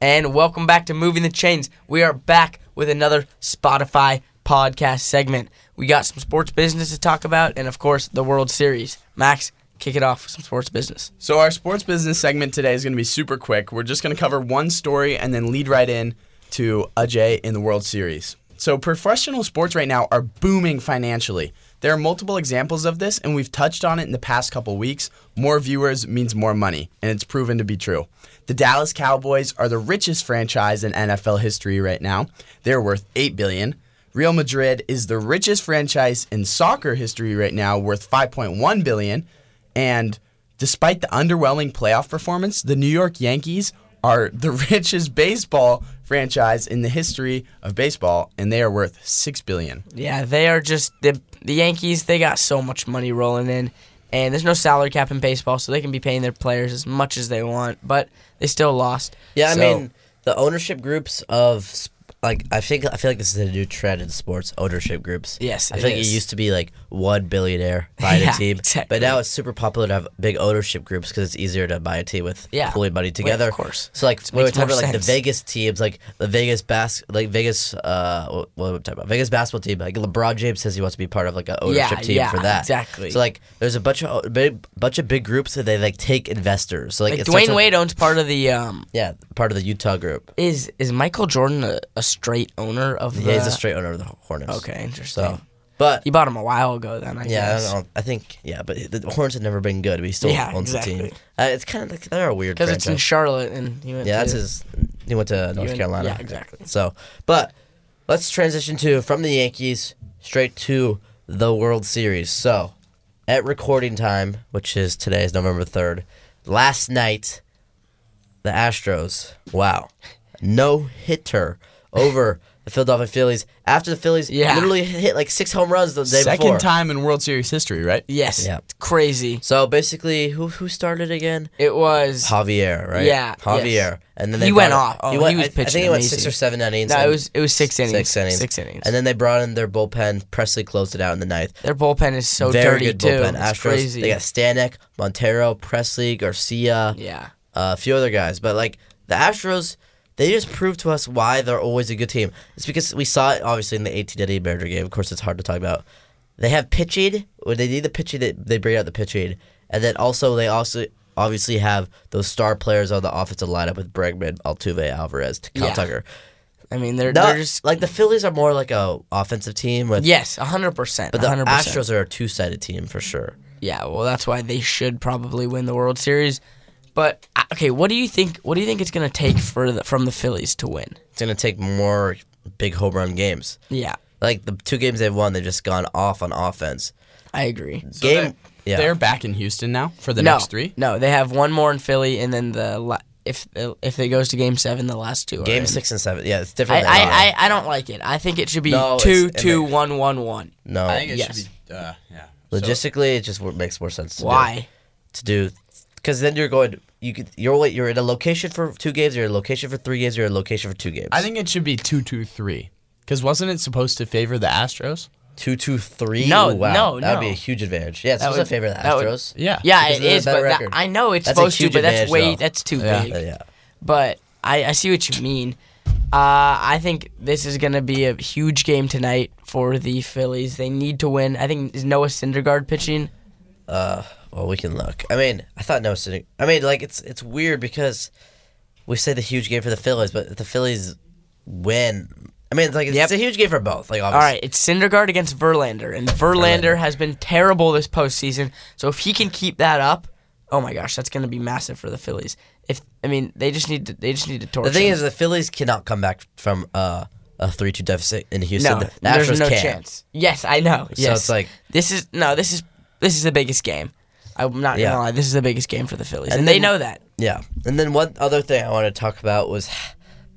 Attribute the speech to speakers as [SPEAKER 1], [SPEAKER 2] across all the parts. [SPEAKER 1] and welcome back to Moving the Chains. We are back with another Spotify podcast segment. We got some sports business to talk about, and of course, the World Series. Max, kick it off with some sports business.
[SPEAKER 2] So our sports business segment today is going to be super quick. We're just going to cover one story and then lead right in to Ajay in the World Series. So professional sports right now are booming financially. There are multiple examples of this, and we've touched on it in the past couple weeks. More viewers means more money, and it's proven to be true. The Dallas Cowboys are the richest franchise in NFL history right now. They're worth eight billion. Real Madrid is the richest franchise in soccer history right now, worth 5.1 billion. And despite the underwhelming playoff performance, the New York Yankees are the richest baseball franchise in the history of baseball, and they are worth six billion.
[SPEAKER 1] Yeah, they are just the the Yankees. They got so much money rolling in, and there's no salary cap in baseball, so they can be paying their players as much as they want. But they still lost.
[SPEAKER 3] Yeah, I
[SPEAKER 1] So,
[SPEAKER 3] mean the ownership groups of sp- like I think I feel like this is a new trend in sports ownership groups.
[SPEAKER 1] Yes,
[SPEAKER 3] I
[SPEAKER 1] it
[SPEAKER 3] feel like
[SPEAKER 1] is.
[SPEAKER 3] it used to be like one billionaire buying
[SPEAKER 1] Yeah,
[SPEAKER 3] a team,
[SPEAKER 1] exactly.
[SPEAKER 3] but now it's super popular to have big ownership groups because it's easier to buy a team with
[SPEAKER 1] Yeah.
[SPEAKER 3] pooling money together.
[SPEAKER 1] of course.
[SPEAKER 3] So like when we
[SPEAKER 1] makes
[SPEAKER 3] talk
[SPEAKER 1] more
[SPEAKER 3] about like the
[SPEAKER 1] sense.
[SPEAKER 3] Vegas teams, like the Vegas bas- like Vegas uh what, what am I talking about? Vegas basketball team. Like LeBron James says he wants to be part of like an ownership team
[SPEAKER 1] yeah,
[SPEAKER 3] for that.
[SPEAKER 1] exactly.
[SPEAKER 3] So like there's a bunch of big, bunch of big groups that they like take investors. So like,
[SPEAKER 1] like
[SPEAKER 3] it starts
[SPEAKER 1] Dwayne
[SPEAKER 3] with-
[SPEAKER 1] Wade owns part of the. Um,
[SPEAKER 3] yeah, part of the Utah group.
[SPEAKER 1] is is Michael Jordan a, a straight owner of the?
[SPEAKER 3] Yeah, he's a straight owner of the Hornets.
[SPEAKER 1] Okay, interesting.
[SPEAKER 3] So, but
[SPEAKER 1] He bought him a while ago. Then I
[SPEAKER 3] yeah, I,
[SPEAKER 1] guess.
[SPEAKER 3] don't know. I think yeah, but the Hornets have never been good. But he still
[SPEAKER 1] Yeah,
[SPEAKER 3] owns the team.
[SPEAKER 1] exactly.
[SPEAKER 3] Uh, it's kind of like they're a weird
[SPEAKER 1] because it's in
[SPEAKER 3] franchise.
[SPEAKER 1] Charlotte, and he went
[SPEAKER 3] yeah,
[SPEAKER 1] to-
[SPEAKER 3] that's his. He went to North
[SPEAKER 1] in-
[SPEAKER 3] Carolina.
[SPEAKER 1] yeah, exactly.
[SPEAKER 3] So, but let's transition to from the Yankees straight to the World Series. So, at recording time, which is today is November third, last night, the Astros. Wow, no hitter over. The Philadelphia Phillies. After the Phillies,
[SPEAKER 1] Yeah.
[SPEAKER 3] literally hit like six home runs the day
[SPEAKER 2] Second
[SPEAKER 3] before.
[SPEAKER 2] time in World Series history, right?
[SPEAKER 1] Yes,
[SPEAKER 3] Yeah.
[SPEAKER 1] it's crazy.
[SPEAKER 3] So basically, who who started again?
[SPEAKER 1] It was.
[SPEAKER 3] Javier, right?
[SPEAKER 1] Yeah,
[SPEAKER 3] Javier.
[SPEAKER 1] yes.
[SPEAKER 3] And then
[SPEAKER 1] He
[SPEAKER 3] they
[SPEAKER 1] went
[SPEAKER 3] brought
[SPEAKER 1] off.
[SPEAKER 3] in-
[SPEAKER 1] Oh, he was
[SPEAKER 3] I- I
[SPEAKER 1] pitching
[SPEAKER 3] think he went
[SPEAKER 1] amazing.
[SPEAKER 3] six or seven innings.
[SPEAKER 1] No, it
[SPEAKER 3] and-
[SPEAKER 1] was it was six innings.
[SPEAKER 3] six innings.
[SPEAKER 1] Six innings.
[SPEAKER 3] And then they brought in their bullpen. Presley closed it out in the ninth.
[SPEAKER 1] Their bullpen is so
[SPEAKER 3] Very
[SPEAKER 1] dirty
[SPEAKER 3] good
[SPEAKER 1] too.
[SPEAKER 3] bullpen.
[SPEAKER 1] It's
[SPEAKER 3] Astros.
[SPEAKER 1] crazy.
[SPEAKER 3] They got Stanek, Montero, Presley, Garcia,
[SPEAKER 1] yeah.
[SPEAKER 3] uh, a few other guys. But like the Astros, they just proved to us why they're always a good team. It's because we saw it obviously in the 1880 Mariner game. Of course, it's hard to talk about. They have pitching when they need the pitching, they, they bring out the pitching, and then also they also obviously have those star players on the offensive lineup with Bregman, Altuve, Alvarez, Kyle
[SPEAKER 1] Yeah.
[SPEAKER 3] Tucker.
[SPEAKER 1] I mean, they're
[SPEAKER 3] Not,
[SPEAKER 1] they're just
[SPEAKER 3] like the Phillies are more like a offensive team with
[SPEAKER 1] yes, hundred percent.
[SPEAKER 3] but the
[SPEAKER 1] 100%.
[SPEAKER 3] Astros are a two sided team for sure.
[SPEAKER 1] Yeah, well, that's why they should probably win the World Series. But uh, okay, what do you think? What do you think it's gonna take for the, from the Phillies to win?
[SPEAKER 3] It's gonna take more big home run games.
[SPEAKER 1] Yeah,
[SPEAKER 3] Like the two games they've won, they've just gone off on offense.
[SPEAKER 1] I agree.
[SPEAKER 2] So
[SPEAKER 3] Game-
[SPEAKER 2] They,
[SPEAKER 3] yeah.
[SPEAKER 2] They're back in Houston now for the
[SPEAKER 1] no,
[SPEAKER 2] next three.
[SPEAKER 1] No, they have one more in Philly, and then the la- if if it goes to Game Seven, the last two. Are
[SPEAKER 3] Game
[SPEAKER 1] in.
[SPEAKER 3] six and seven. Yeah, it's
[SPEAKER 1] I,
[SPEAKER 3] different. than
[SPEAKER 1] I, I, I don't like it. I think it should be
[SPEAKER 3] No, it's-
[SPEAKER 1] two,
[SPEAKER 3] it ma-
[SPEAKER 1] two, one, one, one.
[SPEAKER 3] no,
[SPEAKER 2] I think it
[SPEAKER 1] yes.
[SPEAKER 2] should be. Uh, yeah.
[SPEAKER 3] logistically, it just wo- makes more sense. To
[SPEAKER 1] Why?
[SPEAKER 3] Do, to do, because then you're going. You could, you're wait. You're in a location for two games. You're in a location for three games. You're in a location for two games.
[SPEAKER 2] I think it should be two, two, three. Because wasn't it supposed to favor the Astros?
[SPEAKER 3] two, two, three.
[SPEAKER 1] No,
[SPEAKER 3] Ooh, wow.
[SPEAKER 1] no,
[SPEAKER 3] that would be
[SPEAKER 1] no.
[SPEAKER 3] a huge advantage. Yeah, it's
[SPEAKER 1] That
[SPEAKER 3] supposed
[SPEAKER 1] would-
[SPEAKER 3] to favor the
[SPEAKER 1] that would-
[SPEAKER 3] Astros.
[SPEAKER 2] Yeah.
[SPEAKER 1] Yeah,
[SPEAKER 3] Because
[SPEAKER 1] it
[SPEAKER 3] they have a
[SPEAKER 1] is,
[SPEAKER 3] better
[SPEAKER 1] but that,
[SPEAKER 3] record.
[SPEAKER 1] I know it's
[SPEAKER 3] That's a
[SPEAKER 1] supposed to,
[SPEAKER 3] huge
[SPEAKER 1] but that's
[SPEAKER 3] advantage,
[SPEAKER 1] way
[SPEAKER 3] though.
[SPEAKER 1] that's too
[SPEAKER 2] Yeah.
[SPEAKER 1] big.
[SPEAKER 3] Uh, yeah.
[SPEAKER 1] But I, I see what you mean. Uh, I think this is going to be a huge game tonight for the Phillies. They need to win. I think is Noah Syndergaard pitching.
[SPEAKER 3] Well, we can look. I mean, I thought no sitting. I mean, like it's it's weird because we say the huge game for the Phillies, but if the Phillies win. I mean, it's like it's,
[SPEAKER 1] Yep.
[SPEAKER 3] it's a huge game for both. Like,
[SPEAKER 1] All
[SPEAKER 3] obviously.
[SPEAKER 1] right, it's Syndergaard against Verlander, and Verlander has been terrible this postseason. So if he can keep that up, oh my gosh, that's going to be massive for the Phillies. If I mean, they just need to they just need to torch.
[SPEAKER 3] The thing
[SPEAKER 1] him.
[SPEAKER 3] is, the Phillies cannot come back from uh, a three-two deficit in Houston.
[SPEAKER 1] no,
[SPEAKER 3] the
[SPEAKER 1] there's
[SPEAKER 3] Astros
[SPEAKER 1] no
[SPEAKER 3] can.
[SPEAKER 1] chance. Yes, I know.
[SPEAKER 3] So
[SPEAKER 1] yes.
[SPEAKER 3] it's like-
[SPEAKER 1] this is no, this is this is the biggest game. I'm not
[SPEAKER 3] Yeah.
[SPEAKER 1] gonna lie, this is the biggest game for the Phillies, and,
[SPEAKER 3] And
[SPEAKER 1] they
[SPEAKER 3] then-
[SPEAKER 1] know that.
[SPEAKER 3] Yeah, and then one other thing I want to talk about was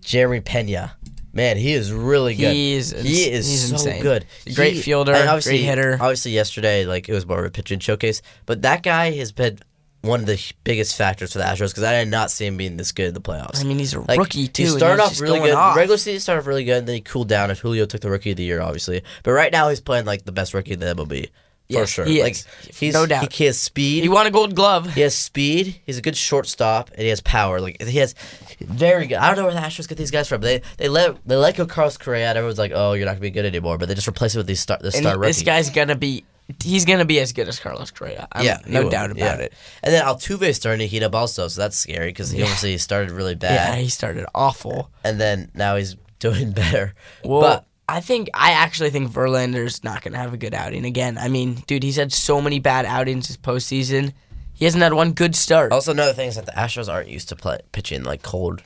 [SPEAKER 3] Jeremy Pena. Man, he is really good.
[SPEAKER 1] He is
[SPEAKER 3] he
[SPEAKER 1] ins-
[SPEAKER 3] is
[SPEAKER 1] he's
[SPEAKER 3] so
[SPEAKER 1] insane.
[SPEAKER 3] good.
[SPEAKER 1] He's a great
[SPEAKER 3] He-
[SPEAKER 1] fielder,
[SPEAKER 3] and obviously,
[SPEAKER 1] great hitter.
[SPEAKER 3] Obviously, yesterday like it was more of a pitching showcase, but that guy has been one of the h- biggest factors for the Astros because I did not see him being this good in the playoffs.
[SPEAKER 1] I mean, he's a
[SPEAKER 3] Like,
[SPEAKER 1] rookie too.
[SPEAKER 3] He
[SPEAKER 1] and
[SPEAKER 3] started
[SPEAKER 1] he's
[SPEAKER 3] off
[SPEAKER 1] just
[SPEAKER 3] really
[SPEAKER 1] going
[SPEAKER 3] good.
[SPEAKER 1] off.
[SPEAKER 3] Regular season started really good, and then he cooled down. And Julio took the rookie of the year, obviously. But right now, he's playing like the best rookie in the MLB.
[SPEAKER 1] Yes,
[SPEAKER 3] for sure.
[SPEAKER 1] he
[SPEAKER 3] like
[SPEAKER 1] is.
[SPEAKER 3] he's
[SPEAKER 1] No doubt.
[SPEAKER 3] he has speed.
[SPEAKER 1] He won a gold glove.
[SPEAKER 3] He has speed. He's a good shortstop, and he has power. Like he has very good. I don't know where the Astros get these guys from. They they let they let go Carlos Correa. And everyone's like, oh, you're not gonna be good anymore. But they just replace it with these star this
[SPEAKER 1] And
[SPEAKER 3] star rookie.
[SPEAKER 1] this guy's gonna be he's gonna be as good as Carlos Correa. I'm,
[SPEAKER 3] yeah, he
[SPEAKER 1] no
[SPEAKER 3] will.
[SPEAKER 1] doubt about
[SPEAKER 3] Yeah.
[SPEAKER 1] it.
[SPEAKER 3] And then Altuve's starting to heat up also, so that's scary because he obviously started really
[SPEAKER 1] Yeah,
[SPEAKER 3] bad,
[SPEAKER 1] he started awful.
[SPEAKER 3] and then now he's doing better.
[SPEAKER 1] Well,
[SPEAKER 3] but
[SPEAKER 1] I think I actually think Verlander's not going to have a good outing again. I mean, dude, he's had so many bad outings this postseason. He hasn't had one good start.
[SPEAKER 3] also another thing is that the Astros aren't used to play, pitching like cold,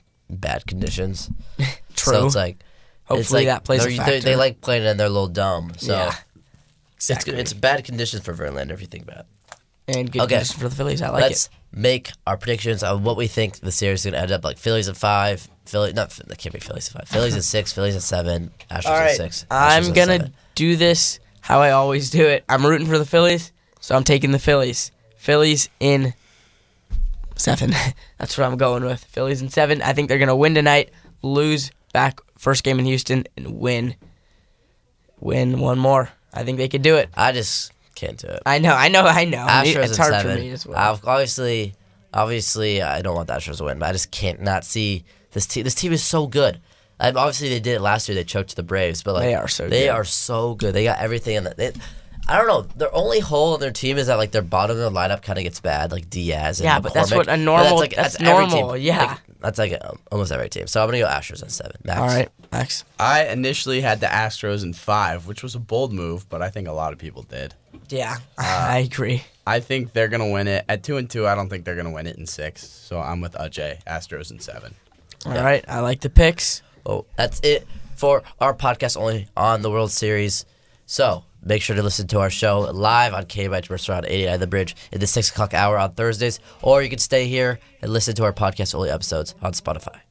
[SPEAKER 3] bad conditions. So
[SPEAKER 1] True.
[SPEAKER 3] it's like. it's
[SPEAKER 1] Hopefully
[SPEAKER 3] like
[SPEAKER 1] that plays a
[SPEAKER 3] they're-
[SPEAKER 1] factor.
[SPEAKER 3] They, they like playing in their little dome, so
[SPEAKER 1] Yeah,
[SPEAKER 3] it's good. It's bad conditions for Verlander if you think about it.
[SPEAKER 1] and good
[SPEAKER 3] Okay.
[SPEAKER 1] condition for the Phillies. I like
[SPEAKER 3] Let's
[SPEAKER 1] it.
[SPEAKER 3] make our predictions on what we think the series is going to end up like. Phillies at five, Philly not Phil- that can't be Phillies at five. Phillies at six, Phillies at seven, Astros
[SPEAKER 1] All
[SPEAKER 3] at
[SPEAKER 1] right,
[SPEAKER 3] six. Astros
[SPEAKER 1] I'm
[SPEAKER 3] at
[SPEAKER 1] gonna
[SPEAKER 3] seven.
[SPEAKER 1] do this how I always do it. I'm rooting for the Phillies, so I'm taking the Phillies. Phillies in seven. That's what I'm going with. Phillies in seven. I think they're gonna win tonight, lose back first game in Houston, and win. Win one more. I think they could do it.
[SPEAKER 3] I just can't do it.
[SPEAKER 1] I know, I know, I know.
[SPEAKER 3] Astros
[SPEAKER 1] it's
[SPEAKER 3] at
[SPEAKER 1] hard
[SPEAKER 3] seven.
[SPEAKER 1] for me as well.
[SPEAKER 3] I've- obviously, obviously, I don't want the Astros to win, but I just can't not see this team. This team is so good. I obviously they did it last year. They choked the Braves, but like
[SPEAKER 1] They are so
[SPEAKER 3] they
[SPEAKER 1] good.
[SPEAKER 3] are so good. They got everything in the. They, I don't know. Their only hole in their team is that like their bottom of the lineup kind of gets bad, like Diaz. And
[SPEAKER 1] Yeah, but that's
[SPEAKER 3] McCormick.
[SPEAKER 1] what a
[SPEAKER 3] But
[SPEAKER 1] normal- that's
[SPEAKER 3] every team.
[SPEAKER 1] normal, yeah.
[SPEAKER 3] Like, that's like um, almost every team. So I'm gonna go Astros on seven. Max.
[SPEAKER 1] All right, Max.
[SPEAKER 2] I initially had the Astros in five, which was a bold move, but I think a lot of people did.
[SPEAKER 1] Yeah, I
[SPEAKER 3] Uh,
[SPEAKER 1] agree.
[SPEAKER 2] I think they're gonna win it at two and two. I don't think they're gonna win it in six. So I'm with Ajay Astros in seven.
[SPEAKER 1] All right, I like the picks.
[SPEAKER 3] Well, that's it for our podcast only on the World Series. So make sure to listen to our show live on KBH Restaurant 89 The Bridge in the 6 o'clock hour on Thursdays, or you can stay here and listen to our podcast only episodes on Spotify.